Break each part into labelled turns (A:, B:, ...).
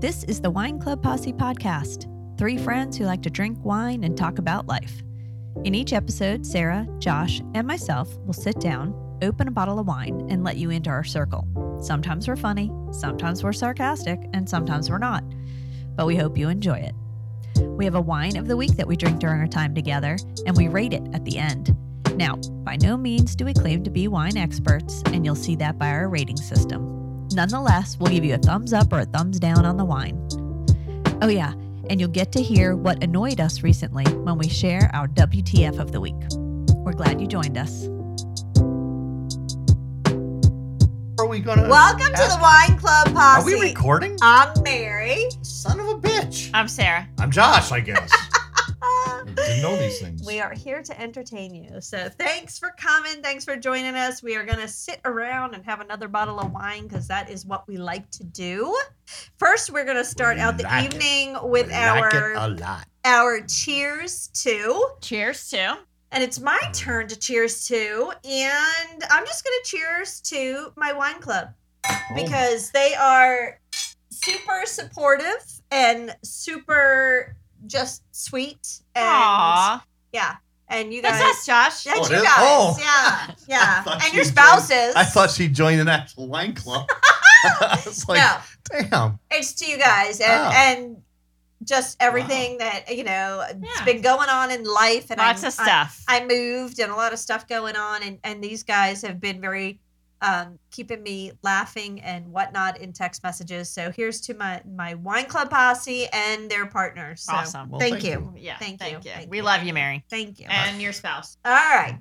A: This is the Wine Club Posse podcast, three friends who like to drink wine and talk about life. In each episode, Sarah, Josh, and myself will sit down, open a bottle of wine, and let you into our circle. Sometimes we're funny, sometimes we're sarcastic, and sometimes we're not. But we hope you enjoy it. We have a wine of the week that we drink during our time together, and we rate it at the end. Now, by no means do we claim to be wine experts, and you'll see that by our rating system. Nonetheless, we'll give you a thumbs up or a thumbs down on the wine. Oh, yeah, and you'll get to hear what annoyed us recently when we share our WTF of the week. We're glad you joined us.
B: Are we gonna?
C: Welcome to the Wine Club Posse.
B: Are we recording?
C: I'm Mary.
B: Son of a bitch!
D: I'm Sarah.
B: I'm Josh, I guess. Didn't know these things.
C: Uh, We are here to entertain you. So thanks for coming. Thanks for joining us. We are going to sit around and have another bottle of wine because that is what we like to do. First, we're going to start
B: We
C: out the
B: like it.
C: evening with
B: We like it a
C: our
B: lot.
C: our cheers to.
D: Cheers to
C: And it's my turn to cheers to. And I'm just going to cheers to my wine club.
B: Oh,
C: because they are super supportive and super just sweet and
D: Aww.
C: yeah and you guys
D: That's us, Josh.
C: that's
B: Oh, it
C: you
B: is?
C: guys
B: Oh.
C: yeah
B: I
C: yeah
B: thought
C: and
B: she
C: your
B: joined-
C: spouses
B: I thought she joined an actual wine club. I was like, Oh.
C: no
B: damn.
C: it's to you guys and
B: Wow.
C: and just everything that you know it's
D: Yeah.
C: been going on in life and
D: Lots
C: I'm-
D: of stuff.
C: I moved and a lot of stuff going on, and, and these guys have been very um, keeping me laughing and whatnot in text messages. So here's to my my wine club posse and their partners. So
D: awesome.
B: Well,
C: thank,
B: thank
C: you.
B: you.
D: yeah.
C: thank
D: Thank,
C: you,
D: you.
C: thank
D: we
C: you.
D: love you, Mary.
C: thank you.
D: And your spouse.
C: All right,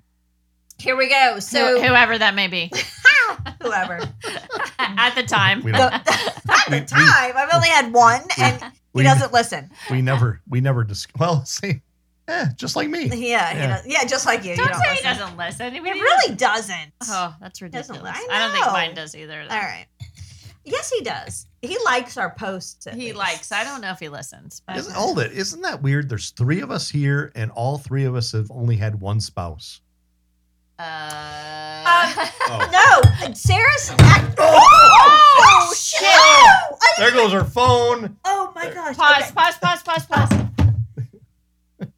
C: here we go. So ah,
D: Who- whoever that may be
C: whoever
D: at the time.
B: We
C: the,
B: don't-
C: at
B: We-
C: the
B: we-
C: time, I've only had one, and he
B: We,
C: doesn't listen.
B: we never, we never dis- Well, see, eh, just like
C: Yeah,
B: me.
C: yeah,
B: Yeah.
C: yeah, just like you.
D: don't,
C: you don't
D: say
C: listen.
D: he doesn't listen. We
C: It
D: need
C: really doesn't.
D: to- Oh, that's ridiculous.
C: doesn't-
D: I, don't think
C: I
D: mine
C: know.
D: does either. though.
C: All right. Yes, he does. He likes our posts. at
D: He
C: least.
D: likes. I don't know if he listens. But
B: Isn't all that? Isn't that weird? There's three of us here, and all three of us have only had one spouse.
C: Um,
D: Uh,
B: Oh,
C: No, Sarah's. Act- oh, shit! Oh, I-
B: there goes her phone.
C: oh my gosh.
D: pause,
C: Okay.
D: pause, pause, pause, pause.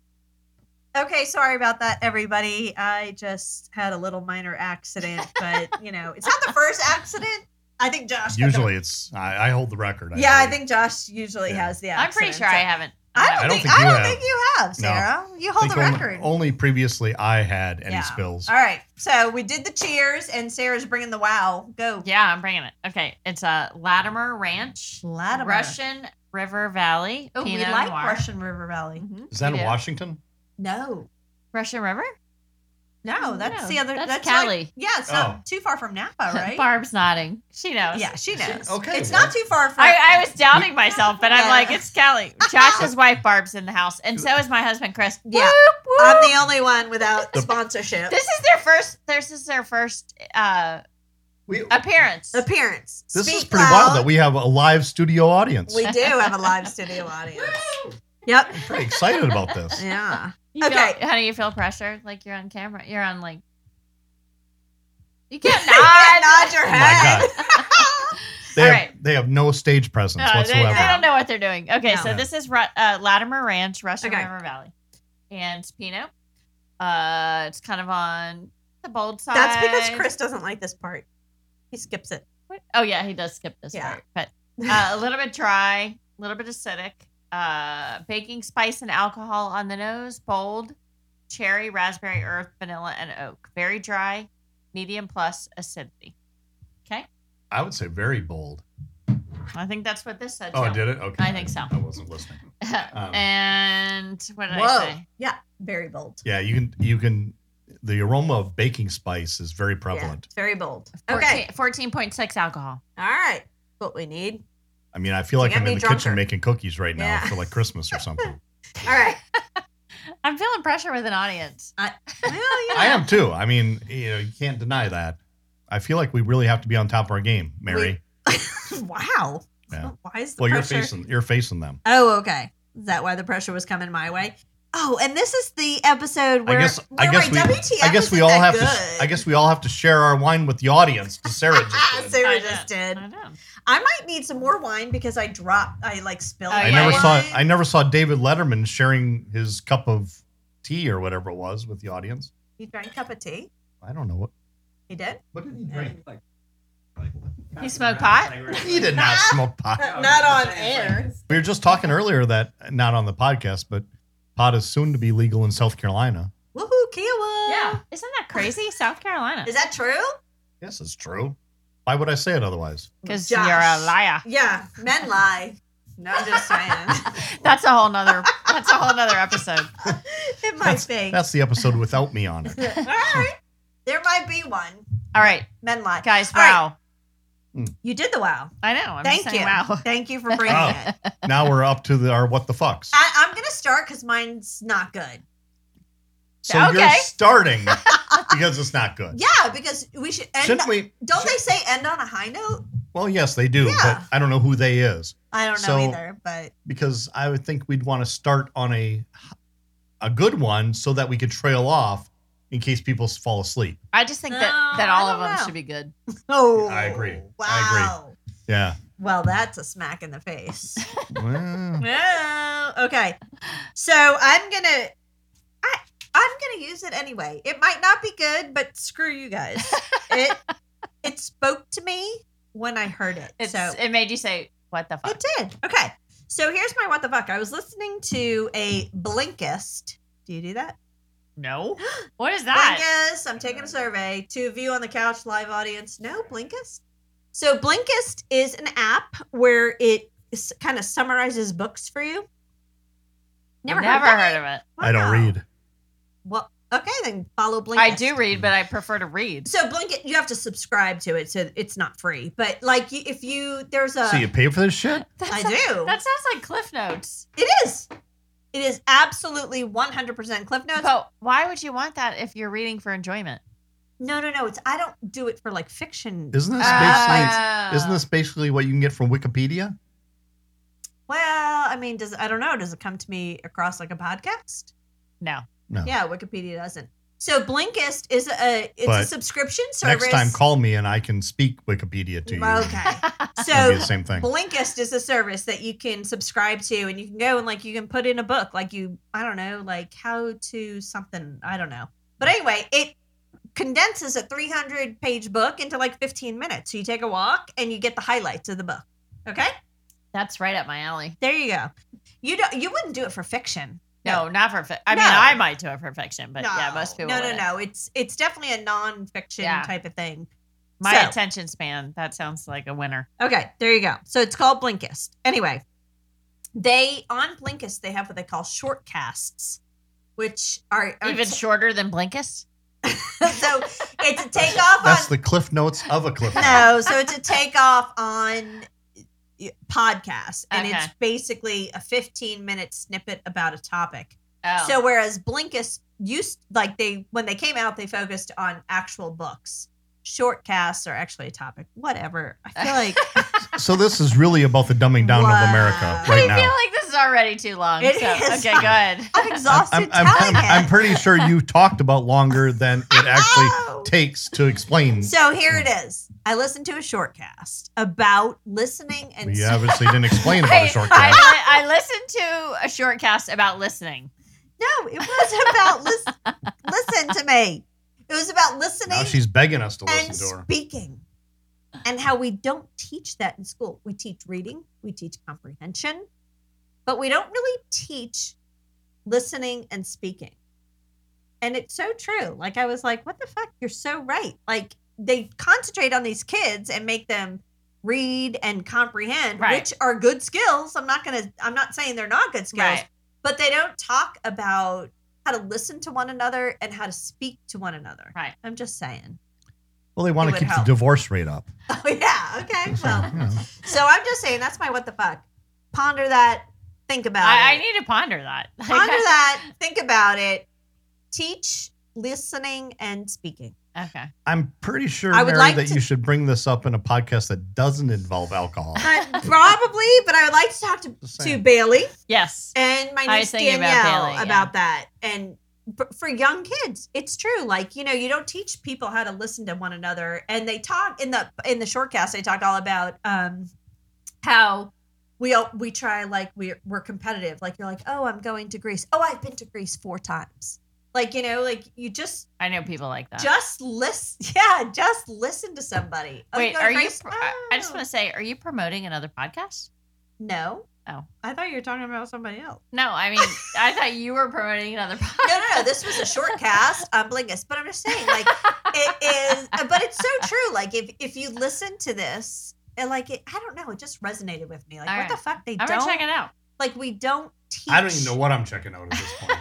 C: Okay, sorry about that, everybody. I just had a little minor accident, but you know, it's not the first accident. I think Josh. had the-
B: Usually, it's I, I hold the record.
C: yeah, I
B: believe.
C: think Josh usually
B: Yeah.
C: has the
D: I'm pretty
C: accident.
D: sure I haven't.
C: I
B: I
C: don't,
B: don't
C: think,
B: think
C: I
B: you
C: don't
B: have.
C: think you have,
B: No.
C: Sarah. You hold the
B: Think only-
C: record.
B: Only previously I had any
C: Yeah.
B: spills.
C: All right, so we did the cheers, and Sarah's bringing the wow. Go,
D: Yeah, I'm bringing it. Okay, it's a Latimer Ranch,
C: Latimer.
D: Russian River Valley.
C: Oh, we
D: Pinot
C: like
D: Noir.
C: Russian River Valley.
D: Mhm.
B: Is that
D: We
B: in
D: do.
B: Washington?
C: No,
D: Russian River?
C: no, that's
D: Mm, No,
C: the other.
D: that's
C: like-
D: Cali.
C: yeah, it's
B: Oh.
C: not too far from Napa, right?
D: Barb's nodding. She knows.
C: Yeah, she knows.
B: okay,
C: it's
B: well.
C: not too far from.
D: I, I was doubting myself, but I'm
C: Yeah.
D: like, it's Callie. Josh's wife Barb's in the house, and so is my husband Chris.
C: Yeah.
D: Whoop, whoop.
C: I'm the only one without
B: The-
C: sponsorship
D: this is their first. This is their first uh,
B: We,
D: appearance.
C: appearance.
B: this is
C: Speak
B: pretty
C: loud.
B: wild that we have a live studio audience.
C: we do have a live studio audience. yep.
B: I'm pretty excited about this.
C: Yeah.
D: You
C: Okay.
D: Feel, how do you feel pressure? Like you're on camera. You're on like. You can't nod.
C: Nod your
B: Oh my
C: head.
B: They,
D: All
B: have,
D: right.
B: they have no stage presence
D: No,
C: Oh,
D: they,
B: whatsoever.
D: they don't know what they're doing. Okay,
C: No.
D: so this is Ru- uh, Latimer Ranch, Russian
C: Okay.
D: River Valley, and it's Pinot. Uh, it's kind of on the bold side.
C: That's because Chris doesn't like this part. He skips it.
D: What? Oh yeah, he does skip this
C: Yeah.
D: part, but uh, a little bit dry, a little bit acidic. Uh, baking spice and alcohol on the nose, bold, cherry, raspberry, earth, vanilla, and oak. Very dry, medium plus acidity. Okay,
B: I would say very bold.
D: I think that's what this said.
B: Oh, I
D: too.
B: did it? Okay.
D: I think so.
B: I wasn't listening. Um,
D: and what did I
C: Whoa.
D: say?
C: Yeah. Very bold.
B: Yeah, you can you can the aroma of baking spice is very
C: Yeah,
B: prevalent.
C: it's very bold.
D: 14,
C: Okay.
D: 14.6 alcohol.
C: All right. What we need.
B: I mean, I feel like
C: Get
B: I'm
C: me
B: in the
C: drunker.
B: kitchen making cookies right now
C: Yeah.
B: for like Christmas or something.
C: All right.
D: I'm feeling pressure with an audience.
C: Well,
B: I
C: yeah.
B: am too. I mean, you know, you can't deny that. I feel like we really have to be on top of our game, Mary.
C: wow.
B: Yeah.
C: Why is the
B: well, you're
C: pressure?
B: facing you're facing them.
C: Oh, okay. Is that why the pressure was coming my way? Oh, and this is the episode where
B: I guess
C: where
B: I guess
C: my
B: we
C: WTF
B: I guess
C: isn't
B: we all
C: that
B: have to
C: good.
B: I guess we all have to share our wine with the audience. 'cause Sarah
C: Ah,
B: just did.
C: Sarah
D: I
C: just
D: did.
C: did.
D: I know.
C: I might need some more wine because I dropped. I like spilled.
D: Oh,
C: my
B: I
D: yeah,
B: never
D: yeah.
B: saw
C: wine.
B: I never saw David Letterman sharing his cup of tea or whatever it was with the audience.
C: He drank a cup of tea.
B: I don't know what
C: He did.
B: what did he
E: Right. Like, like,
D: He smoked pot?
B: He did not smoke
C: Oh,
B: pot.
E: No,
C: Not
E: I'm
C: on
E: just saying,
C: air.
E: like, it's-
B: We were just talking earlier that not on the podcast, but pot is soon to be legal in South Carolina.
C: Woohoo, Kiowa.
D: Yeah. Isn't that crazy? South Carolina.
C: Is that true?
B: Yes, it's true. Why would I say it otherwise?
D: Because you're
C: Josh.
D: a liar.
C: Yeah, men lie. No, I'm just saying.
D: That's a whole nother that's a whole nother episode.
C: it might be.
B: That's the episode without me on it.
C: All right. There might be one.
D: All right,
C: Men lie.
D: guys,
C: All right.
D: wow.
C: You did the wow.
D: I know. I'm just
C: Thank
D: saying
C: you.
D: wow.
C: Thank you for bringing
B: Wow.
C: it.
B: Now we're up to the, our what the fucks.
C: I, I'm going to start because mine's not good.
B: So you're
D: Okay.
B: starting because it's not good.
C: Yeah, because we should end.
B: Shouldn't we?
C: don't they say end on a high note?
B: Well, yes, they do,
C: Yeah.
B: but I don't know who they is
C: I don't know
B: So-
C: either, but
B: because I would think we'd want to start on a a good one so that we could trail off in case people s- fall asleep.
D: I just think that,
C: No,
D: that
C: I
D: all of
C: don't
D: them
C: know.
D: should be good.
C: oh,
B: I agree.
C: Wow.
B: I Yeah.
C: Well, that's a smack in the face.
B: Well,
C: Well, okay. So I'm gonna, I I'm gonna use it anyway. It might not be good, but screw you guys. It it spoke to me when I heard it.
D: It's,
C: so
D: it made you say, what the fuck?
C: it did. Okay. So here's my what the fuck. I was listening to a Blinkist. Do you do that?
D: No. What is that?
C: Blinkist. I'm taking a survey to view on the couch live audience. No, Blinkist. So Blinkist is an app where it kind of summarizes books for you. Never, heard, of
D: Never
C: that?
D: heard of it.
B: I don't
C: Wow.
B: read.
C: Well, okay, then follow Blinkist.
D: I do read, but I prefer to read.
C: So Blinkist, you have to subscribe to it, so it's not free. But like, you, if you there's a,
B: so you pay for this shit?
D: That
C: I
D: sounds-
C: do.
D: That sounds like Cliff Notes.
C: it is, it is absolutely 100 percent Cliff Notes.
D: But why would you want that if you're reading for enjoyment?
C: No, no, no. It's I don't do it for like fiction.
B: Isn't this basically
C: uh,
D: Ah.
B: isn't this basically what you can get from Wikipedia?
C: well, I mean, does I don't know. Does it come to me across like a podcast?
D: No.
B: No.
C: Yeah, Wikipedia doesn't. So Blinkist is a it's a
B: But
C: subscription service.
B: Next time call me and I can speak Wikipedia to you.
C: Okay,
B: It'll be
C: so
B: the same thing.
C: Blinkist is a service that you can subscribe to and you can go and like you can put in a book like you I don't know like how to something I don't know. But anyway, it condenses a 300 page book into like 15 minutes. So you take a walk and you get the highlights of the book. Okay?
D: That's right up my alley.
C: There you go. You don't you wouldn't do it for fiction.
D: No, not for. fi- I
C: No.
D: mean, I might do it for fiction, but yeah, most people.
C: No, no,
D: wouldn't.
C: no. It's it's definitely a nonfiction
D: Yeah.
C: type of thing.
D: My
C: So-
D: attention span. That sounds like a winner.
C: Okay, there you go. So it's called Blinkist. Anyway, they on Blinkist they have what they call short casts, which are, are
D: Even shorter than Blinkist.
C: so it's a takeoff
B: That's
C: on
B: the cliff notes of a cliff note.
C: no, so it's a takeoff on podcasts, and it's
D: Okay.
C: basically a 15 minute snippet about a topic.
D: Oh.
C: So whereas Blinkist used like they when they came out they focused on actual books. Short casts are actually a topic. Whatever. I feel like
B: So this is really about the dumbing down of
C: Wow.
B: America
D: I
B: right
D: feel
B: now.
D: like this is already too long.
C: It
D: so,
C: is.
D: Okay, go ahead.
C: I'm exhausted
B: I'm, I'm,
C: telling
B: I'm,
C: it.
B: I'm pretty sure you talked about longer than it actually
C: Oh.
B: takes to explain.
C: So here it is. I listened to a short cast about listening and
B: We obviously didn't explain about a short
D: I,
B: cast.
D: I, I listened to a short cast about listening.
C: no, it was about listen. Listen to me. It was about
B: Now
C: listening
B: she's begging us to
C: and
B: listen to her.
C: speaking, and how we don't teach that in school. We teach reading, we teach comprehension, but we don't really teach listening and speaking. And it's so true. Like I was like, what the fuck? You're so right. Like they concentrate on these kids and make them read and comprehend,
D: Right.
C: which are good skills. I'm not gonna I'm not saying they're not good skills,
D: Right.
C: but they don't talk about how to listen to one another and how to speak to one another.
D: Right.
C: I'm just saying.
B: Well, they want
C: It
B: to
C: would
B: keep the
C: help.
B: divorce rate up.
C: Oh yeah. Okay.
B: So,
C: Well,
B: you know.
C: so I'm just saying that's my what the fuck. Ponder that. Think about
D: I, I
C: it.
D: need to ponder that. Like,
C: Ponder that. Think about it. Teach listening and speaking.
D: Okay.
B: I'm pretty sure,
C: I would
B: Mary,
C: like
B: that
C: to-
B: you should bring this up in a podcast that doesn't involve alcohol.
C: I- probably, but I would like to talk to,
B: Just
C: to
B: saying.
C: Bailey
D: Yes.
C: and my
D: I
C: niece
D: was thinking
C: Danielle
D: about
C: about,
D: Bailey, yeah.
C: that. And b- for young kids, it's true. Like you know, you don't teach people how to listen to one another. And they talk in the in the shortcast. They talked all about um, how we all we try like we're we're competitive. Like you're like, oh, I'm going to Greece. Oh, I've been to Greece four times. Like you know, like you just
D: I know people like that.
C: just listen. Yeah, just listen to somebody. Oh,
D: Wait,
C: go to
D: are you?
C: Greece?
D: Pro- I I just
C: Oh.
D: want to say, are you promoting another podcast?
C: No.
D: Oh.
C: I thought you were talking about somebody else.
D: No, I mean, I thought you were promoting another podcast.
C: No, no, no. This was a short cast on Blingus, but I'm just saying, like, it is, uh, but it's so true. Like, if if you listen to this, and like, it, I don't know, it just resonated with me. Like,
D: All
C: what
D: right.
C: the fuck? They
D: I'm gonna
C: don't
D: check it out.
C: like we don't teach.
B: I don't even know what I'm checking out at this point.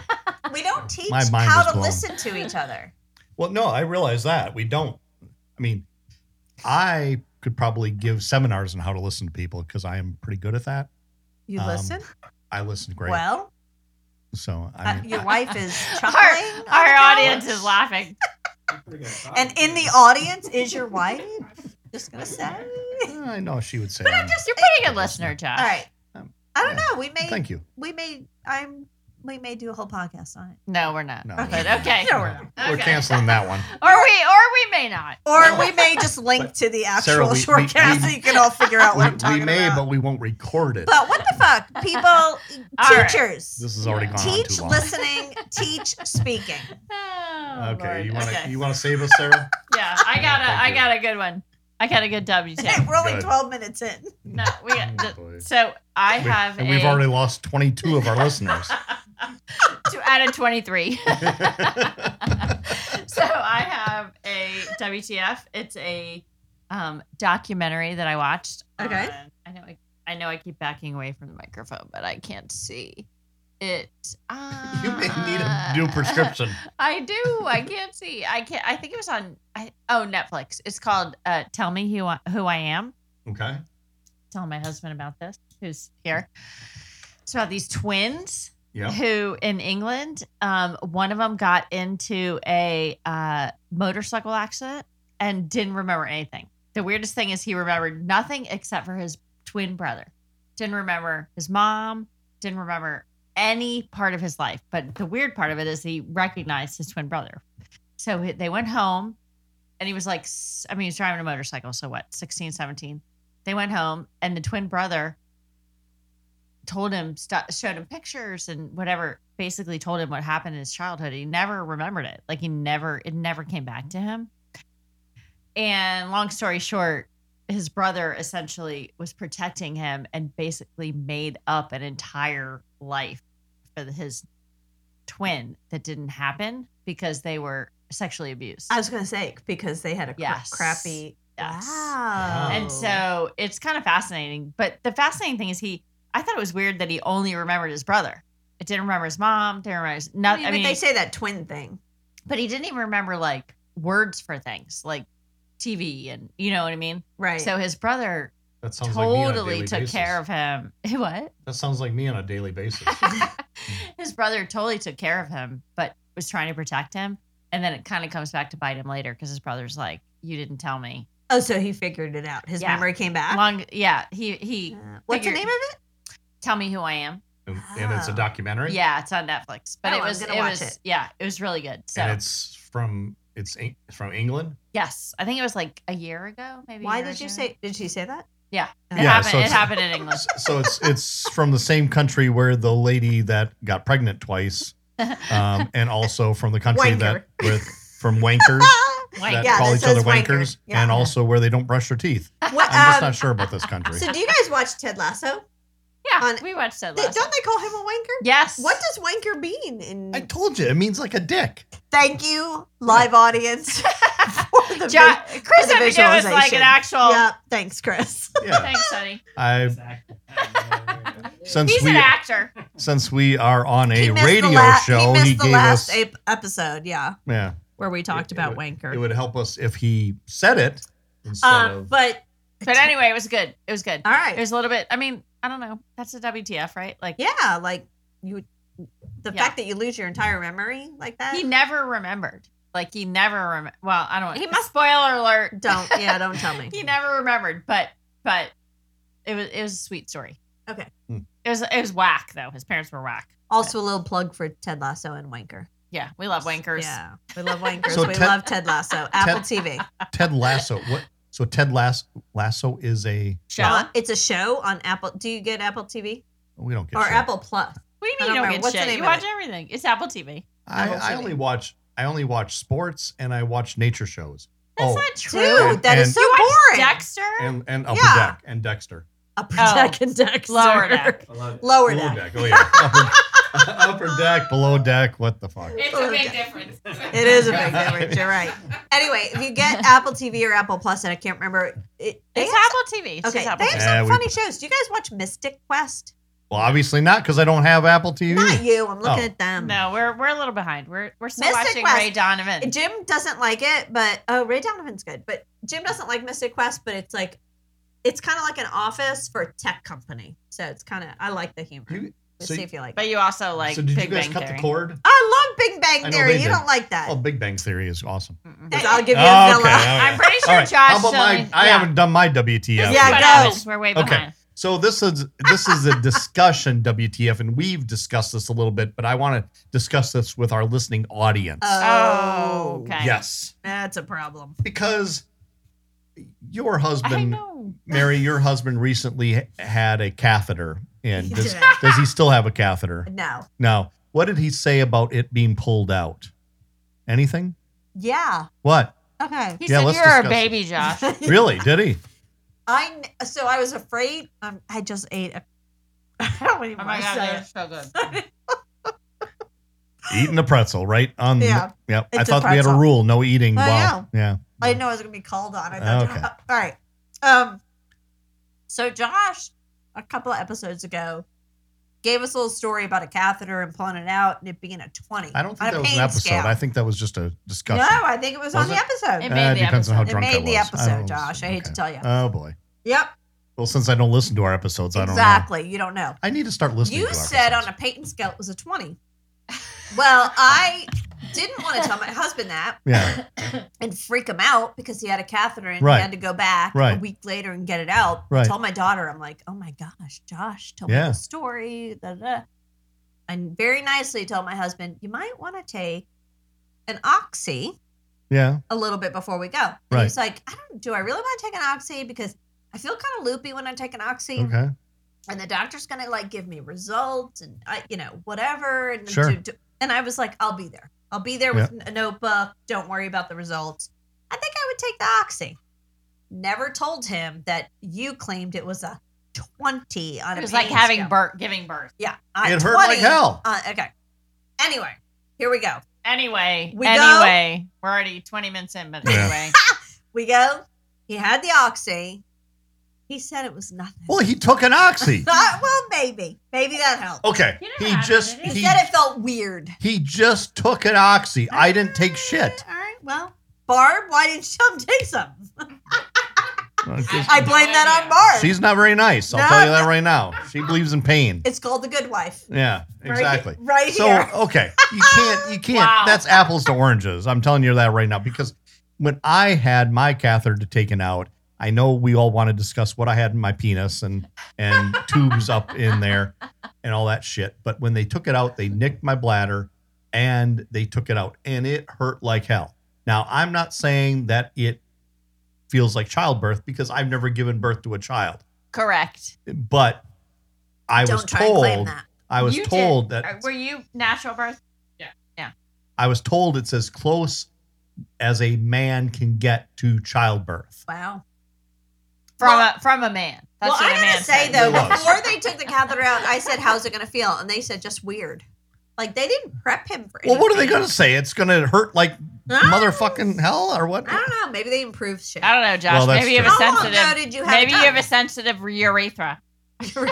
C: We don't teach
B: My mind
C: how
B: is
C: to
B: blown.
C: listen to each other.
B: well, no, I realize that. We don't. I mean, I could probably give seminars on how to listen to people because I am pretty good at that.
C: You
B: Um,
C: listen
B: I listen great.
C: well.
B: so
C: uh,
B: I mean,
C: your wife is
D: Our,
C: chuckling. Oh on the
D: our
C: couch.
D: audience is laughing.
B: Uh,
C: and in the audience is your wife. Just gonna say.
B: I know she would say. that.
D: You're a pretty good listener, Josh.
C: All right.
B: Um,
C: I don't
B: yeah.
C: know. We may
B: Thank you.
C: we may I'm we may do a whole podcast on it.
D: No, we're not.
B: No,
D: But
B: no,
D: okay.
C: No, we're not.
B: We're
D: Okay.
B: canceling that one.
D: Or we, or we may not.
C: Or we may just link to the actual
B: Sarah, we- we-
C: shortcast so
B: we-
C: you can all figure out what I'm
B: we
C: talking
B: we may,
C: about.
B: but we won't record it.
C: But what the fuck? People,
D: All right.
C: teachers,
B: this has already gone on
C: teach
B: too long.
C: listening, teach speaking.
D: Oh,
B: Okay,
D: Lord.
B: you want to
D: Okay.
B: you want to save us, Sarah?
D: Yeah, I got a,
B: Thank
D: I
B: you.
D: got a good one. I got a good W too.
C: We're only
B: Good.
C: 12 minutes in.
D: No, we got.
B: Oh, boy.
D: The, so I
B: We-
D: have.
B: and
D: a,
B: we've already lost 22 of our listeners.
D: to out of 23. so I have a WTF. It's a um, documentary that I watched.
C: Okay.
D: on- I know I, I know I keep backing away from the microphone, but I can't see it. Uh,
B: you may need a new prescription.
D: I do. I can't see. I can't. I think it was on. I, oh, Netflix. It's called uh, "Tell Me Who I, Who I Am."
B: Okay.
D: Telling my husband about this, who's here. It's about these twins
B: Yeah.
D: who in England, um, one of them got into a uh, motorcycle accident and didn't remember anything. The weirdest thing is he remembered nothing except for his twin brother. Didn't remember his mom, didn't remember any part of his life. But the weird part of it is he recognized his twin brother. So he- they went home and he was like, s- I mean, he's driving a motorcycle. So what, 16, 17? They went home and the twin brother told him st- showed him pictures and whatever basically told him what happened in his childhood he never remembered it like he never it never came back to him and long story short his brother essentially was protecting him and basically made up an entire life for the- his twin that didn't happen because they were sexually abused
C: I was going to say, because they had a cra-
D: Yes.
C: crappy.
D: Yes.
C: Wow.
D: And so it's kind of fascinating. But the fascinating thing is he I thought it was weird that he only remembered his brother. It didn't remember his mom, didn't remember his
C: I
D: not,
C: mean, but they say that twin thing.
D: but he didn't even remember like words for things like TV and you know what I mean?
C: Right.
D: So his brother
B: That sounds like me on a
D: totally
B: daily
D: took
B: basis.
D: care of him. What?
B: That sounds like me on a daily basis.
D: his brother totally took care of him, but was trying to protect him. And then it kind of comes back to bite him later because his brother's like, You didn't tell me.
C: oh, so he figured it out. His
D: Yeah.
C: memory came back.
D: Long yeah, he he
C: Uh, what's the
D: figured-
C: name of it?
D: tell me who I am.
B: and, and it's a
C: Wow.
B: documentary.
D: Yeah, it's on Netflix. But
C: Oh,
D: it
C: I'm
D: was
C: gonna
D: it
C: watch
D: was
C: it.
D: yeah, it was really good. So
B: And it's from it's Eng- from England.
D: yes, I think it was like a year ago, maybe. a
C: Why
D: year
C: did you
D: ago.
C: say, did she say that?
D: Yeah.
C: Oh.
D: it
B: Yeah,
D: happened?
B: so
D: it
B: it's-
D: happened in England.
B: So it's it's from the same country where the lady that got pregnant twice, um, and also from the country that with from wankers that
C: Yeah,
B: call
C: that
B: each other
C: says wanker.
B: wankers,
C: Yeah.
B: and also where they don't brush their teeth.
C: What,
B: I'm just
C: um,
B: not sure about this country.
C: So do you guys watch Ted Lasso?
D: yeah,
C: on-
D: we watched that
C: They-
D: last.
C: don't they call him a wanker?
D: yes.
C: What does wanker mean? In
B: I told you, it means like a dick.
C: thank you, live audience. for the
D: Ja- Oh. Chris
C: the
D: Abigail was like
C: visualization.
D: an actual.
C: vi- yeah, thanks, Chris.
B: Yeah,
D: Thanks, honey.
B: I since
D: He's
B: we
D: an actor.
B: since we are on
C: He
B: a
C: missed the
B: radio
C: la-
B: show,
C: He missed
B: he,
C: the
B: gave
C: last
B: us.
C: ap- episode, yeah,
B: yeah,
C: where we talked
B: it
C: about
B: it
C: wanker.
B: would help us if he said it instead
C: um,
B: of.
C: but
D: But anyway, it was good. It was good.
C: all
D: It
C: right,
D: was a little bit. I mean, I don't know. That's a WTF, right? Like
C: yeah, like you, the
D: Yeah.
C: fact that you lose your entire memory like that.
D: he never remembered. Like he never. Rem- well, I don't. He must. Spoiler alert.
C: Don't. Yeah, don't tell me.
D: he never remembered, but but it was it was a sweet story.
C: Okay.
B: Hmm.
D: It was it was whack though. His parents were whack.
C: Also, a little plug for Ted Lasso and Wanker.
D: Yeah, we love wankers.
C: Yeah, we love Wankers.
B: So
C: we
B: Ted-
C: love Ted Lasso. Apple TV.
B: Ted Lasso. What? So Ted Lasso, Lasso is a.
D: Shall
C: Uh, it's a show on Apple. Do you get Apple TV
B: We don't get.
C: or
B: shit.
C: Apple Plus?
D: What
C: I
D: do you mean
C: don't
D: you don't
C: remember.
D: get
C: What's the
D: shit?
C: name
D: you
C: of
D: watch
C: it?
D: everything. It's Apple TV.
B: I,
C: Apple
B: I
C: TV.
B: only watch. I only watch sports and I watch nature shows.
D: That's
B: oh,
D: not true.
C: Dude, that is
B: And-
C: so
D: you watch
C: boring.
D: Dexter.
B: and and Upper
C: Yeah.
B: Deck and Dexter.
C: Upper
D: Oh.
C: deck and Dexter.
D: Lower Deck.
E: I love it.
C: Lower
B: Below
C: deck.
B: deck. Oh yeah. upper, upper deck, below deck. What the fuck?
D: It's
C: a big
D: difference.
C: It is a big difference. You're right. Anyway, if you get Apple TV or Apple Plus, and I can't remember, it, they
D: It's
C: have
D: Apple TV. It's
C: Okay,
D: just
C: they
D: Apple
C: have
D: TV.
B: Yeah,
C: some
B: we-
C: funny shows. Do you guys watch Mystic Quest?
B: Well, obviously not because I don't have Apple TV.
C: Not you. I'm looking
B: Oh.
C: at them.
D: No, we're we're a little behind. We're we're still
C: Mystic
D: watching
C: Quest.
D: Ray Donovan.
C: Jim doesn't like it, but oh, Ray Donovan's good. But Jim doesn't like Mystic Quest, but it's like, it's kind of like an office for a tech company. So it's kind of, I like the humor.
B: You-
C: Let's
B: so-
C: see if you like
D: But
C: it.
D: you also like
B: so did
D: Big
B: you guys
D: Bang
B: cut
D: Theory.
B: the cord?
C: I love Big Bang
B: I know
C: Theory.
B: they
C: You
B: did.
C: don't like that.
B: Oh, Big Bang Theory is awesome.
D: Mm-mm.
C: That- I'll give you a
B: Oh, okay, all
C: villa.
B: right.
D: I'm pretty sure
B: All right,
D: Josh.
B: How about
D: only-
B: my? I
D: yeah.
B: haven't done my WTF.
C: Yeah,
B: yet.
D: But
C: go.
D: honest, We're way
B: Okay.
D: behind.
B: So this is this is a discussion WTF, and we've discussed this a little bit, but I want to discuss this with our listening audience.
D: Oh, okay.
B: Yes,
C: That's a problem.
B: because your
D: I
B: husband,
D: know.
B: Mary, your husband recently h- had a catheter, and
C: He
B: does,
C: did.
B: does he still have a catheter?
C: No.
B: No. What did he say about it being pulled out? Anything?
C: Yeah.
B: What?
C: Okay.
D: He
B: Yeah,
D: said
B: let's
D: you're a
B: discuss it.
D: baby, Josh.
B: Really? Did he?
C: I kn- so I was afraid. Um, I just ate a. I don't even
D: Oh
C: want
D: my
C: to
D: god,
C: say
D: they're
C: it.
D: so good.
B: Eating a pretzel, right? On the-
C: Yeah.
B: Yep. I
C: It's a
B: thought we had a
C: pretzel.
B: rule: no eating.
C: I
B: while, yeah. Ah,
C: I didn't know I was gonna be called on. I thought,
B: Okay.
C: all right. Um, so Josh, a couple of episodes ago, gave us a little story about a catheter and pulling it out and it being a twenty.
B: I don't
C: on
B: think that
C: a
B: was an
C: pain
B: episode.
C: scale.
B: I think that was just a discussion.
C: no, I think it was, on
B: Was
C: the
B: it?
D: It
C: episode.
D: made
B: Uh,
D: the
B: depends on how
D: episode.
C: It
B: drunk I
C: made
B: was.
C: the
B: I don't
C: episode,
B: know.
C: Josh. I hate to
B: Oh, Okay.
C: tell you.
B: Oh boy.
C: yep,
B: Well, since I don't listen to our episodes, I don't know.
C: exactly. You don't know.
B: I need to start listening.
C: You
B: to our
C: said on
B: episodes.
C: a Peyton scale it was a 20. Well, I didn't want to tell my husband that
B: Yeah.
C: and freak him out because he had a catheter and he
B: Right.
C: had to go back a
B: Right.
C: week later and get it out. I
B: Right.
C: told my daughter, I'm like, oh my gosh, Josh, tell me
B: Yeah.
C: the story. Da, da. And very nicely told my husband, you might want to take an oxy
B: Yeah.
C: a little bit before we go. And
B: Right.
C: he's like, I don't, do I really want to take an oxy? Because I feel kind of loopy when I take an oxy
B: Okay.
C: and the doctor's gonna like give me results and I, you know, whatever. And,
B: Sure.
C: do- do- and I was like, I'll be there. I'll be there with a notebook. Don't worry about the results. I think I would take the oxy. Never told him that you claimed it was a twenty on
D: It
C: a.
D: was like
C: pain
D: having
C: scale.
D: birth, giving birth.
C: Yeah, on
B: It hurt like hell.
C: Uh, okay. Anyway, here we go.
D: Anyway,
C: We go-
D: anyway, we're already 20 minutes in, but
B: Yeah.
D: anyway,
C: We go. He had the oxy. He said it was nothing.
B: Well, he took an oxy.
C: Thought, well, maybe, maybe that helped.
B: Okay.
D: You know
B: He
D: how it
B: just
D: is.
C: He,
B: Oh, he,
C: said it felt weird.
B: he just took an oxy. I didn't take shit.
C: All right. Well, Barb, why didn't you take some? I
D: No
C: blame that on
D: idea.
C: Barb.
B: She's not very nice. I'll
C: No.
B: tell you that right now. She believes in pain.
C: it's called the good wife.
B: Yeah.
C: Right-
B: Exactly.
C: Right
B: So
C: here.
B: okay, you can't you can't.
D: Wow.
B: That's apples to oranges. I'm telling you that right now because when I had my catheter taken out, I know we all want to discuss what I had in my penis and and tubes up in there and all that shit. But when they took it out, they nicked my bladder and they took it out and it hurt like hell. Now I'm not saying that it feels like childbirth because I've never given birth to a child,
D: correct.
B: but I
C: Don't
B: was
C: try and claim
B: told
C: that.
B: I was
D: You did-
B: told that
D: Uh, Were you natural birth?
B: I was told it's as close as a man can get to childbirth.
C: Wow.
D: From,
C: Well-
D: a, from a man. That's
C: well,
D: what
C: I
D: a man
C: gotta say
D: said.
C: though,
B: It was.
C: before they took the catheter out, I said, "How's it gonna feel?" And they said, "Just weird." Like they didn't prep him for.
B: Well, what are they
C: anything.
B: going to say? It's going to hurt like
C: Ah,
B: motherfucking hell or what?
C: I don't know. Maybe they improved shit.
D: I don't know, Josh.
B: Well, that's
D: maybe you have
B: true.
D: a
C: How long ago
D: sensitive.
C: did you have?
D: Maybe
C: it
D: you have a
C: done?
D: sensitive urethra.
B: Well,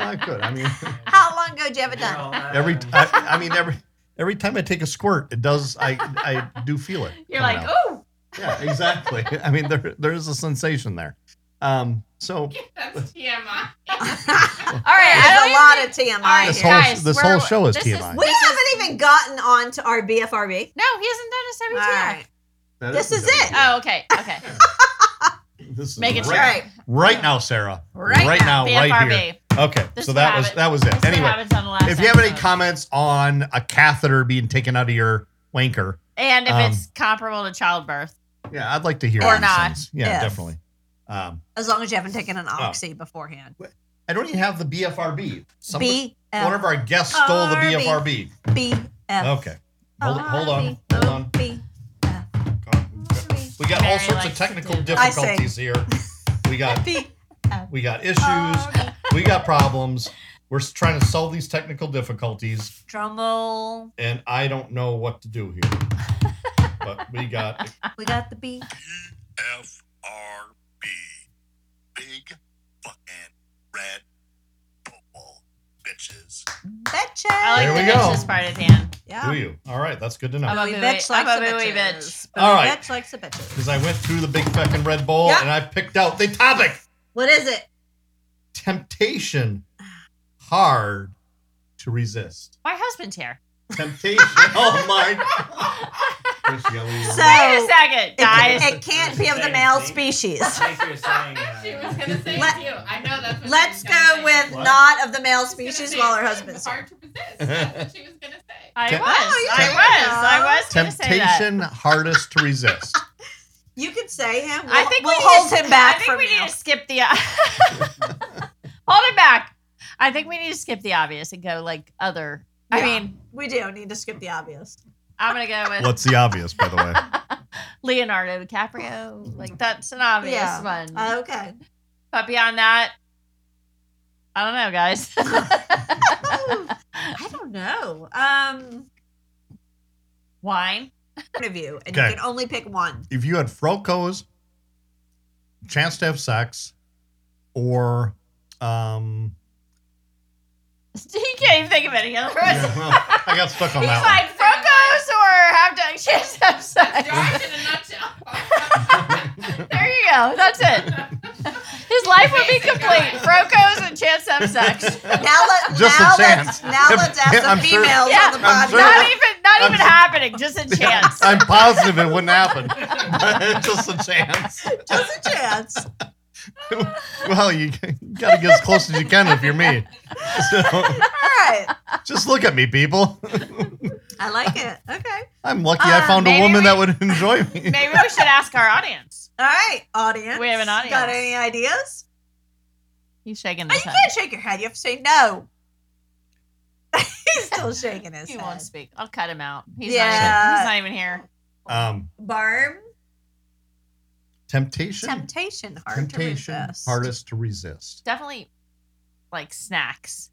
B: I could. I mean,
C: How long ago did you have it done?
E: Well, I-
B: every I, I mean every every time I take a squirt, it does. I I do feel it.
D: You're
B: coming
D: like,
B: out.
D: "Oh." ooh.
B: yeah, exactly. I mean, there there is a sensation there. Um, so
E: That's
D: All
E: TMI.
D: right, I
C: There's
D: don't
C: a
D: even-
C: lot of TMI.
D: All right,
B: This
C: here.
B: whole-
D: guys,
B: this
D: we're-
B: whole show is
D: this
B: TMI.
C: we
D: this is-
C: haven't even gotten on to our BFRB.
D: No, he hasn't done a semi
C: All
D: track.
C: right. This is it.
D: Oh, okay, okay.
B: This is
D: Make it
B: right,
D: right.
B: right now, Sarah.
D: Right
B: now, right
D: BFRB.
B: here. Okay,
D: This
B: so
D: is
B: that
D: how
B: was
D: it-
B: that was it.
D: This is what
B: Anyway,
D: happens on the last
B: if you have any
D: episode.
B: comments on a catheter being taken out of your wanker,
D: and if
B: um,
D: it's comparable to childbirth,
B: yeah, I'd like to hear.
D: Or
B: these
D: not.
B: things. Yeah,
C: Yes.
B: definitely. Um,
C: As long as you haven't taken an
B: Oh.
C: oxy beforehand.
B: I don't even have the BFRB. Somebody,
C: B
B: one of our guests stole the
C: RB.
B: BFRB.
C: B F.
B: Okay, hold, hold on, hold on.
C: B.
B: We got all
D: Very
B: sorts of
D: like
B: technical
D: stupid.
C: I say-
B: difficulties here. We got
C: B.
B: we got issues. We got problems. We're s- trying to solve these technical difficulties,
C: Drum roll.
B: and I don't know what to do here. But we got
C: We got the B.
F: FRB. Big fucking red football bitches.
C: Betches.
D: I
B: There
D: like the
B: we go.
D: bitches part at the end.
B: do
C: Yeah.
B: you? All right, that's good to know.
D: I'm a
C: Billy
D: booey.
C: Bitch
D: I'm a
C: likes the
D: booey
C: bitches.
D: bitch.
C: Billy
B: All right.
C: Bitch likes the bitches.
B: Because I went through the big fucking Red Bull
C: Yeah.
B: and I picked out the topic
C: What is it?
B: temptation hard to resist.
D: My husband's here.
B: Temptation. oh my. Chris, you gotta leave the
C: So-
B: room.
D: Wait a second, guys.
C: It, it can't be of the male species.
G: Thank you for saying
E: She
G: that.
E: was gonna say
C: Let-
E: you. I know that's. What
C: Let's
E: she was
C: go
E: gonna say.
C: with
G: What?
C: not of the male
E: She was gonna
C: species
E: say
C: while her
E: it's
C: husband's here.
E: Hard to resist. That's what she was gonna say.
D: I was.
B: Tem-
C: Oh, yeah,
D: I
B: there
D: was.
C: you go.
D: I was going to say that.
B: Temptation hardest to resist.
C: You could say him. We'll,
D: I think
C: we'll
D: we
C: hold
D: need to,
C: him back
D: I think
C: from
D: we
C: you.
D: need to skip the. hold him back. I think we need to skip the obvious and go like other. I
C: Yeah.
D: mean,
C: We do need to skip the obvious.
D: I'm gonna go with
B: What's the obvious, by the way?
D: Leonardo DiCaprio. Like that's an obvious
C: Yeah. Uh,
D: one.
C: okay.
D: but beyond that, I don't know, guys.
C: I don't know. Um,
D: Wine.
C: one of you, and
B: Okay.
C: you can only pick one.
B: if you had Froco's chance to have sex or um
D: He can't even think of any other.
B: yeah, well, I got stuck on
D: He's
B: that
D: like Frocos or have to chance to have
E: That's
D: sex.
E: Josh in a nutshell.
D: There you go. That's it. His life would be
E: Basic
D: complete.
E: guy.
D: Frocos and chance to have sex.
C: Now let
B: Just a
C: now
B: chance.
C: let's now
B: If-
C: let's ask
B: if-
C: the
B: I'm sure-
C: females
D: Yeah,
C: on the
B: I'm
C: podcast.
B: sure-
D: Not even not even
B: I'm-
D: happening, just a chance.
B: one. I'm positive it wouldn't happen. Just a chance.
C: Just a chance.
B: Well, you, you got to get as close as you can if you're me. So,
C: All right.
B: just look at me, people.
C: I like it. Okay.
B: I'm lucky I
C: Uh,
B: found a
D: maybe
B: woman
D: we-
B: that would enjoy me.
D: Maybe we should ask our audience.
C: All right, audience.
D: We have an
C: Got
D: audience.
C: any ideas?
D: He's shaking
C: Oh,
D: his
C: you
D: head.
C: can't shake your head. You have to say no. He's still shaking his
D: He
C: head.
D: won't speak. I'll cut him out. He's
C: Yeah.
D: not even, he's not even here.
B: Um,
C: Barm.
B: temptation,
C: Temptation. Hard
B: temptation,
C: to resist.
B: hardest to resist.
D: Definitely like snacks.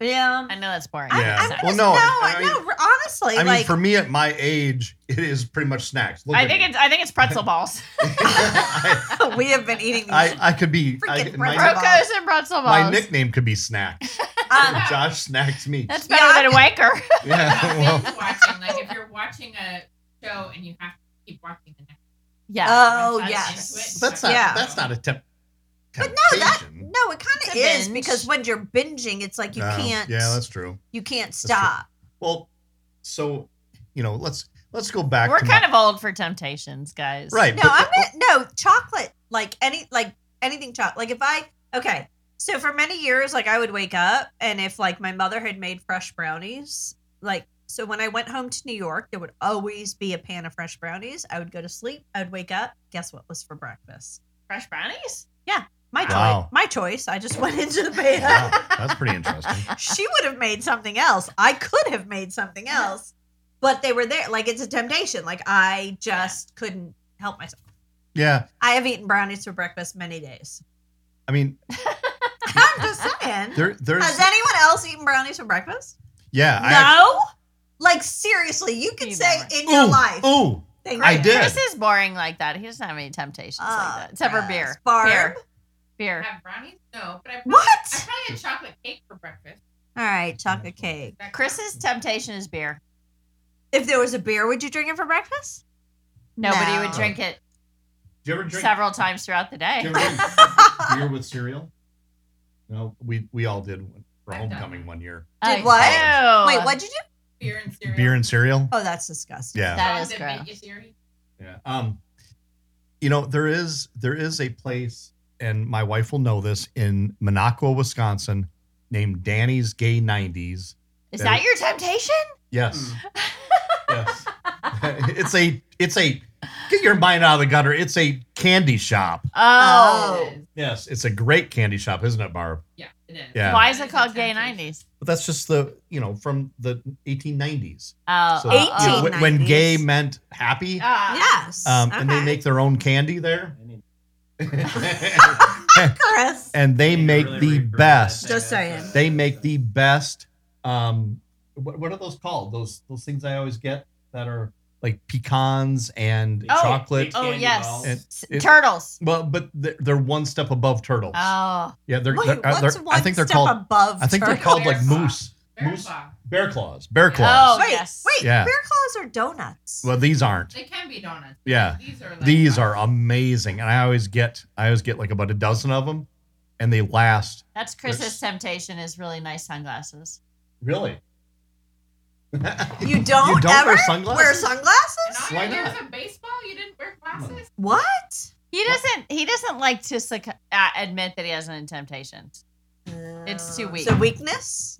C: Yeah.
D: I know that's boring.
C: I-
B: Yeah.
C: I'm
B: Well,
C: just-
B: no,
C: no,
B: I
C: I
B: mean-
C: know. Honestly,
B: I mean,
C: like
B: for me at my age, it is pretty much snacks. Look
D: I
B: at
D: think
B: me.
D: it's I think it's pretzel balls.
B: I,
C: we have been eating these.
B: I, I could be I,
C: Freaking
B: my,
C: Brett.
D: Frocos and pretzel balls.
B: my nickname could be Snacks.
C: um,
B: Josh Snacks me.
D: that's better
C: Yeah.
D: than a wanker.
B: yeah, well,
E: Binge watching, like if you're watching a show and you have to keep watching the next.
D: Yeah.
C: oh
E: That's
C: yes.
E: it.
B: that's not
C: Yeah.
B: that's not a temp.
C: But no, that-
B: temptation.
C: No, it kind
D: It's
C: of
D: a
C: is
D: binge.
C: because when you're binging, it's like you
B: No,
C: can't.
B: Oh, Yeah, that's true.
C: you can't
B: true.
C: stop.
B: Well, so you know, let's let's go back.
D: We're
B: to
D: kind
B: my,
D: of old for temptations, guys.
B: right.
C: No,
B: but-
C: I'm not. No, chocolate. Like any, like anything chocolate. Like if I, okay. So for many years, like I would wake up and if like my mother had made fresh brownies, like, so when I went home to New York, there would always be a pan of fresh brownies. I would go to sleep. I would wake up. Guess what was for breakfast?
D: Fresh brownies?
C: My choice.
B: Wow.
C: My choice. I just went into the pan.
B: Wow, that's pretty interesting.
C: she would have made something else. I could have made something else, but they were there. Like it's a temptation. Like I just couldn't help myself.
B: Yeah,
C: I have eaten brownies for breakfast many days.
B: I mean,
C: I'm just saying.
B: there there's
C: Has anyone else eaten brownies for breakfast?
B: yeah. I actually-
C: no.
D: Oh,
C: Like seriously, you could
D: You
C: say
D: never.
C: in your
B: Ooh,
C: life.
B: Ooh,
C: Thank
B: I
C: you.
B: did.
D: Chris is boring like that. He doesn't have any temptations
C: Oh,
D: like that. Except for
C: Chris.
D: beer.
C: Barb.
D: Beer. Beer.
E: Have brownies? No, but I probably, I
C: What?
E: probably had chocolate cake for breakfast.
C: All right, chocolate cake.
E: That-
D: Chris's temptation is beer.
C: If there was a beer, would you drink it for breakfast?
D: Nobody
C: No.
D: would drink it.
B: Do you ever drink?
D: several times throughout the
B: do
D: day.
B: you ever drink beer with cereal? No, we we all did for
E: I've done
B: homecoming
E: it.
B: one year.
C: Did what?
D: Ew.
C: Wait, what'd you do?
E: Beer and cereal.
B: Beer and cereal.
C: Oh, that's disgusting.
B: Yeah.
D: That is
E: Dogs
D: gross.
E: make you cereal.
B: Yeah. Um, you know, there is there is a place, and my wife will know this in Monaco, Wisconsin, named Danny's Gay Nineties.
D: Is that your temptation?
B: Yes. yes. it's a it's a get your mind out of the gutter. It's a candy shop.
D: Oh.
C: Oh.
B: Yes, it's a great candy shop, isn't it, Barb?
E: Yeah, it is.
B: Yeah.
D: Oh. Why is it called gay
E: Temptation.
D: 90s?
B: But that's just the you know from the 1890s.
D: Oh,
B: So,
D: oh,
B: you know,
D: oh.
B: when- when gay
C: 1890s.
B: meant happy,
E: Ah,
C: Yes. Uh-huh.
B: um, and they
C: Okay.
B: make their own candy there.
C: Chris.
B: and they make the best.
C: Just saying.
B: They make the best. Um, what, what are those called? Those those things I always get that are like pecans and
D: Oh,
B: chocolate.
D: oh,
G: candy
D: yes.
G: balls.
B: And
D: S-
B: it-
D: Turtles.
B: Well, but they're, they're one step above turtles.
D: Oh.
B: yeah, they're.
C: Ah. Wait,
B: they're, uh,
C: what's
B: they're-
C: one
B: I think they're
C: step
B: called.
C: above
B: I think they're
C: turtle?
B: called like
E: Bear claw.
B: moose,
E: Bear
B: Moose?
E: claw.
B: bear claws, bear claws.
D: Oh,
C: Wait,
D: yes.
C: wait,
B: Yeah.
C: bear claws are donuts.
B: Well, these aren't.
E: They can be donuts.
B: Yeah.
E: These are. Like
B: These are amazing, and I always get. I always get like about a dozen of them, and they last.
D: That's Chris's
B: Yes.
D: temptation is really nice sunglasses.
B: Really. you
C: You don't,
B: don't
C: ever
B: wear
C: wear
B: sunglasses.
E: And
C: sunglasses?
E: all
B: Why
E: your years
B: not?
E: of baseball, you didn't wear glasses.
C: What?
D: He doesn't. He doesn't like to succ- uh, admit that he has any temptations. It's too
C: Uh,
D: weak.
C: So weakness?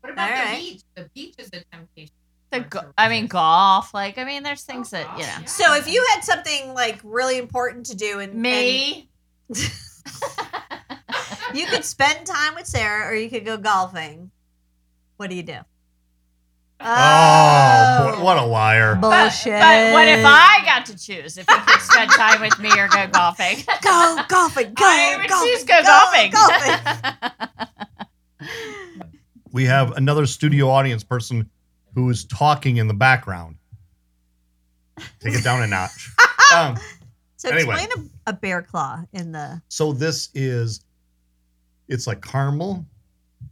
E: What about
C: All
E: the
C: right.
E: beach? The beach is a temptation.
D: The
E: Or
D: go-
E: to
D: I mean,
E: resist.
D: golf. Like, I mean, there's things that
E: Oh,
D: you
E: gosh,
D: know.
C: So if you had something like really important to do and and
D: Me.
C: you could spend time with Sarah or you could go golfing, what do you do?
B: Oh, boy, what a liar!
D: But-
C: bullshit.
D: But, what if I got to choose if you could spend time with me or go golfing?
C: go golfing? Go
D: I would
C: golfing,
D: choose go, golfing.
C: golfing.
B: We have another studio audience person who is talking in the background. Take it down a notch. Um,
C: So
B: Anyway.
C: explain a, a bear claw in the
B: So this is, it's like caramel.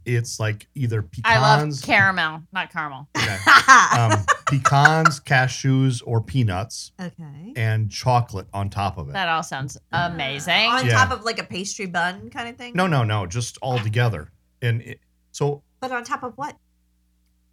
B: It's like either
D: I love
B: pecans,
D: caramel, not caramel.
B: okay, um, pecans, cashews, or peanuts,
C: okay
B: and chocolate on top of it.
D: That all sounds amazing.
C: on
B: Yeah.
C: top of like a pastry bun kind of thing.
B: No, no, no, just all together. And it, so
C: but on top of what?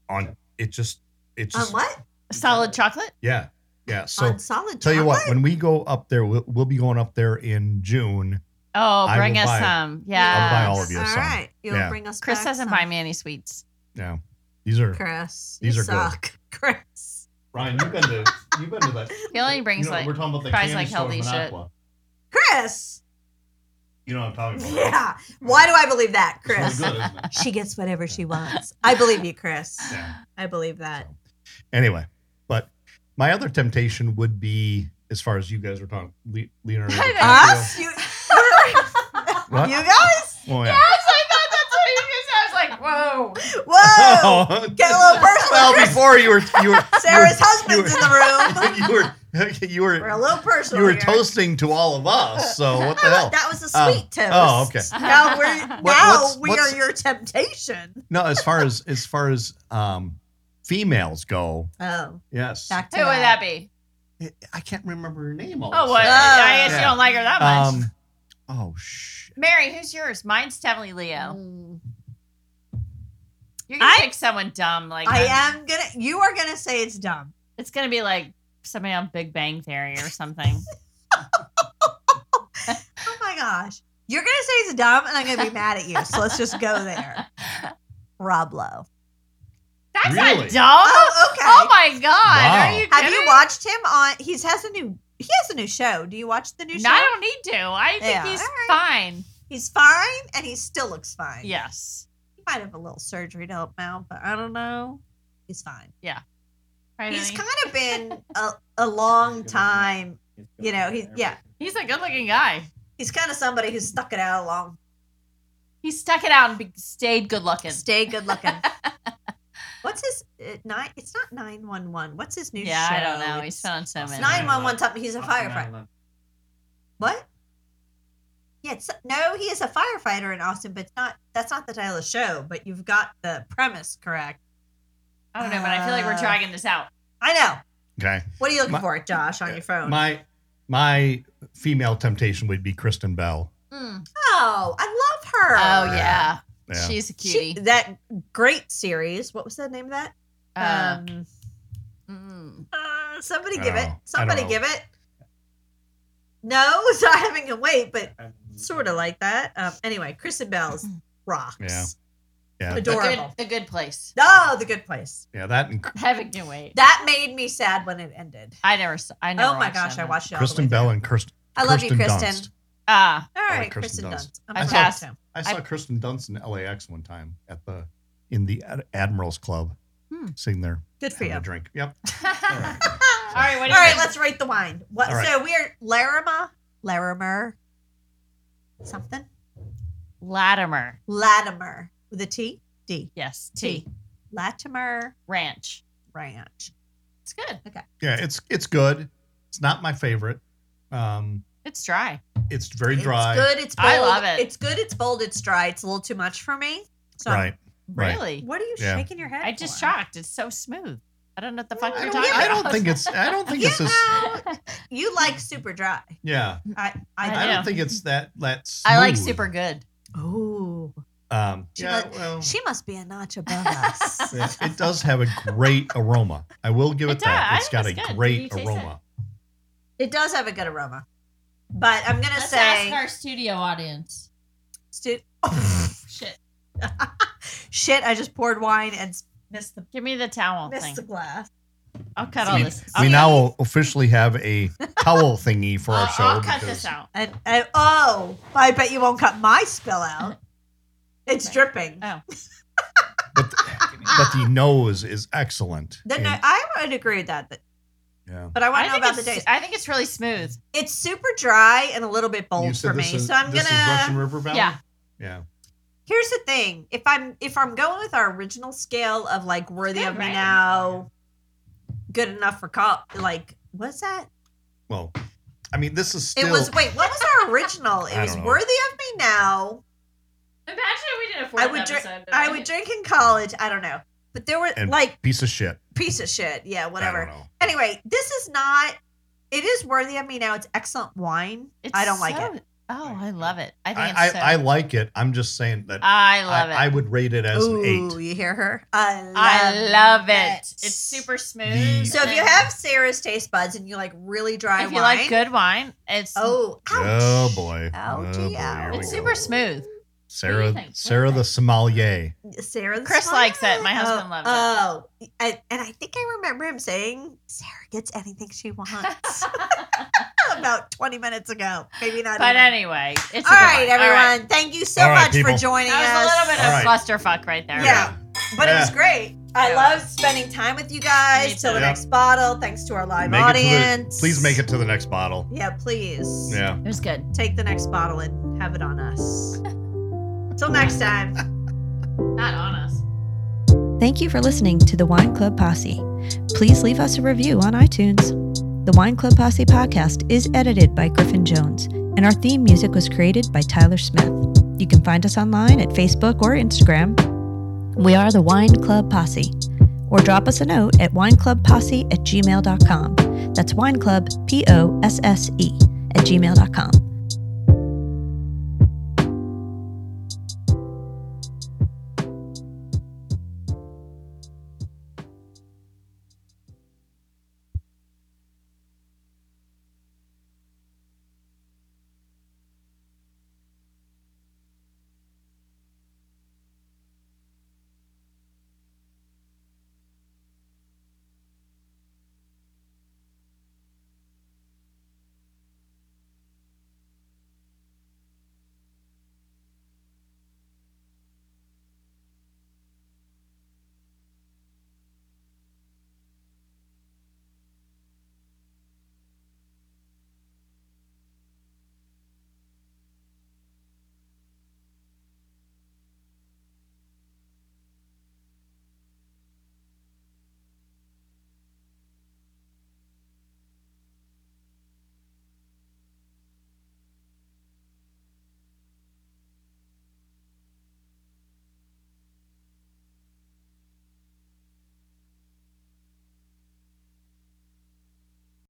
B: on it just it
C: On
B: just
C: what?
D: Solid chocolate.
B: yeah yeah. So
C: on solid.
B: tell you what,
C: chocolate?
B: when we go up there, we'll, we'll be going up there in June.
D: Oh,
B: I
D: bring
B: will
D: us
B: buy it.
D: some.
B: I'll buy
D: Yeah.
B: all of you
C: All
B: some.
C: right, you'll
B: Yeah.
C: bring us.
D: Chris
C: back
D: doesn't
C: some.
D: buy me any sweets.
B: Yeah, these are
C: Chris,
B: These
C: you
B: are good.
C: suck, Chris.
B: Ryan. You've been to you've been to that.
D: He only brings like
B: talking about the
D: fries candy like store in healthy shit. Minocqua.
C: Chris.
B: You know what I'm talking
C: Yeah. Why do I believe that, Chris? she gets whatever she wants. I believe you, Chris.
B: Yeah.
C: I believe that.
B: Anyway, but my other temptation would be, as far as you guys were talking, Le- Leonardo.
D: Us?
B: DiCaprio.
C: Us? You,
B: What?
C: you guys?
B: Oh, yeah.
D: Yes, I thought that's what he was. I was like, whoa.
C: Whoa! Get a little personal.
B: Oh. well,
C: Chris.
B: before you were you were
C: Sarah's
B: you
C: husband's in the room.
B: you were you
C: We're
B: were
C: a little personal.
B: you were
C: here.
B: toasting to all of us. So what the hell?
C: That was a
B: Um,
C: sweet toast.
B: oh, okay.
C: Now we're
D: What-
C: now
B: what's-
C: we
B: what's-
C: are your temptation.
B: No, as far as as far as um females go,
C: Oh,
B: yes.
C: back to
D: Who would that be?
B: I can't remember her name. All
D: Oh, what? I guess you don't like her that much.
B: Um, oh sh.
D: Mary, who's yours? Mine's definitely Leo.
C: Mm.
D: You're gonna
C: I-
D: pick someone dumb. Like
C: I
D: um,
C: am gonna. You are gonna say it's dumb.
D: It's gonna be like somebody on Big Bang Theory or something.
C: Oh my gosh, you're gonna say it's dumb, and I'm gonna be mad at you. So let's just go there. Rob Lowe.
D: That's
B: Really?
D: not dumb.
C: Oh, okay.
D: Oh my god. Are
B: Wow.
D: you
C: Have you
D: kidding?
C: watched him on? He has a new. He has a new show. Do you watch the new
D: No,
C: show?
D: I don't need to. I think
C: Yeah,
D: he's
C: all right.
D: fine.
C: He's fine, and he still looks fine.
D: Yes.
C: he might have a little surgery to help him out, but I don't know. He's fine.
D: Right,
C: He's
D: honey?
C: kind of been a, a long time. You know, he yeah.
D: he's a good looking guy.
C: He's kind of somebody who's stuck it out a long,
D: He stuck it out and be- stayed good looking.
C: stay good looking. What's his uh, nine? It's not nine one one. What's his new
D: yeah,
C: show?
D: I don't know. He's found so many.
C: nine one one something. He's a firefighter. What? Yeah, it's, no, he is a firefighter in Austin, but it's not. That's not the title of the show. But you've got the premise correct.
D: I don't know, but I feel like we're
C: Uh,
D: dragging this out.
C: I know.
B: Okay.
C: What are you looking
B: My-
C: for, Josh, on your phone?
B: My my female temptation would be Kristen Bell.
D: Mm.
C: Oh, I love her.
D: Oh yeah.
B: Yeah.
D: she's a
C: She,
D: cutie.
C: that great series. What was the name of that?
D: um,
C: um,
D: mm.
C: uh, somebody give
B: Oh, I
C: it.
B: don't
C: Somebody
B: know.
C: give it. No, so I having a wait, but sort of like that. Um, anyway, Kristen Bell's rocks.
B: Yeah. Yeah.
D: the, good,
C: Adorable.
D: the good place.
C: Oh, the good place.
B: Yeah, that and
D: Heaven can wait.
C: That made me sad when it ended.
D: I never. s- I never.
C: Oh my
D: watched
C: gosh,
D: that
C: I
D: one.
C: watched it. all the
B: Kristen
C: way
B: Bell
C: through.
B: and Kirsten.
C: I love you,
B: Kristen
C: Kristen.
B: Dunst.
D: Ah,
C: All
B: I
C: right,
B: like
C: Kristen,
B: Kristen Dunst.
C: Dunst. I'm
D: I
C: sorry.
D: passed.
B: I saw
D: I-
B: Kristen Dunst in LAX one time at the in the Ad- Admirals Club,
D: Hmm.
B: sitting there
C: Good for
B: having
C: you.
B: a drink. Yep.
D: all right. What
C: All
D: do you
C: right,
D: think?
C: let's rate the wine. What?
B: All right.
C: So we are Larimer, Larimer, something,
D: Latimer.
C: Latimer with a T, D,
D: Yes.
C: T,
D: T.
C: Latimer
D: Ranch.
C: Ranch.
D: It's good.
B: Yeah, it's it's good. It's not my favorite. Um,
D: It's dry.
B: it's very dry.
C: It's good. It's bold.
D: I love it.
C: It's good. It's bold. It's dry. It's a little too much for me. So I'm-
B: Right. Right.
D: Really.
C: What are you
B: Yeah.
C: shaking your head?
D: I just
C: for?
D: shocked. It's so smooth. I don't know what the fuck
B: I
D: you're
B: don't,
D: talking
B: I
D: about.
B: don't think it's I don't think it's
C: You
B: this
C: know, you like super dry.
B: yeah.
C: I I,
B: I
D: I
B: don't
D: do.
B: think it's that that smooth.
D: I like super good.
C: oh
B: um
C: She
B: yeah,
C: like-
B: well,
C: she must be a notch above us.
B: yeah, it does have a great aroma. I will give it,
D: It does.
B: that.
D: I
B: It's
D: think
B: got
D: it's
B: a
D: good.
B: great
D: Did you taste
B: aroma.
C: It does have a good aroma, but I'm gonna
E: Let's
C: say
E: ask our studio audience.
C: stu-
E: Shit.
C: shit. I just poured wine and s-
D: Miss the, give me the towel thing.
C: missed the glass.
D: I'll cut
B: We-
D: all this.
B: We
D: I'll-
B: now officially have a towel thingy for our
D: I'll-
B: show.
D: I'll cut
B: because-
D: this out.
C: And, and oh, I bet you won't cut my spill out. It's
D: Right.
C: dripping.
D: Oh.
B: But but the nose is excellent.
C: Then
B: And-
C: I, I would agree with that, but,
B: yeah.
C: but I want
D: I
C: to know
D: think,
C: about the
D: it's,
C: taste.
D: I think it's really smooth.
C: It's super dry and a little bit
B: You
C: bold
B: said
C: for me,
B: this is-
C: so I'm
B: this is Russian
C: gonna.
B: River Valley?
D: Yeah.
B: Yeah.
C: Here's the thing: if I'm if I'm going with our original scale of like worthy
D: good,
C: of
D: right?
C: me now, good enough for call, like what's that?
B: Well, I mean, this is still.
C: It was wait, what was our original? It
B: I
C: was
B: don't know.
C: worthy of me now.
E: Imagine if we did a fourth
C: I would drink.
E: episode.
C: I would drink in college. I don't know, but there were
B: And
C: like
B: piece of shit.
C: piece of shit. Yeah,
B: I
C: whatever.
B: don't know.
C: Anyway, this is not. It is worthy of me now. It's excellent wine.
D: It's
C: I don't like
D: so-
C: it.
D: Oh, I love it. I think
B: I, I,
D: it's so.
B: I like it. I'm just saying that
D: I, love
B: I, I
D: it.
B: would rate it as
C: Ooh,
B: an eight.
C: you hear her? I love,
D: I love it.
C: it.
D: It's super
B: The-
D: smooth.
C: So if you
D: and-
C: have Sarah's taste buds and you like really dry
D: if you
C: wine,
D: like good wine, it's
C: oh, ouch.
B: Oh boy.
C: Ouch,
B: oh boy.
C: ouch.
B: Here we
D: it's
B: go.
D: super smooth.
E: What do you
B: Sarah,
E: think? What do
B: Sarah
E: you
B: the sommelier.
C: Sarah, the
D: Chris
C: smile.
D: likes it. My husband loves
C: oh, it. Oh, and, and I think I remember him saying Sarah gets anything she wants about 20 minutes ago. Maybe not.
D: But
C: even.
D: anyway, it's
C: All
D: a good
C: right,
D: wine.
C: everyone.
D: All right.
C: Thank you so
B: All right,
C: much
B: people.
C: for joining
D: That was a
C: us.
D: little bit
B: All right.
D: of clusterfuck right there.
C: Yeah. But it was
B: Yeah.
C: great. I
D: Yeah.
C: love spending time with you
D: Me
C: guys till
D: too.
C: the
B: Yeah.
C: next bottle. Thanks to our live
B: Make it to the-
C: audience.
B: Please make it to the next bottle.
C: Yeah, please.
B: Yeah.
D: It was good.
C: Take the next bottle and have it on us. Till next time.
D: Not on us.
A: Thank you for listening to the Wine Club Posse. Please leave us a review on iTunes. The Wine Club Posse podcast is edited by Griffin Jones, and our theme music was created by Tyler Smith. You can find us online at Facebook or Instagram. We are the Wine Club Posse. Or drop us a note at wineclubposse at gmail.com. That's Wine Club, P O S S E, at gmail.com.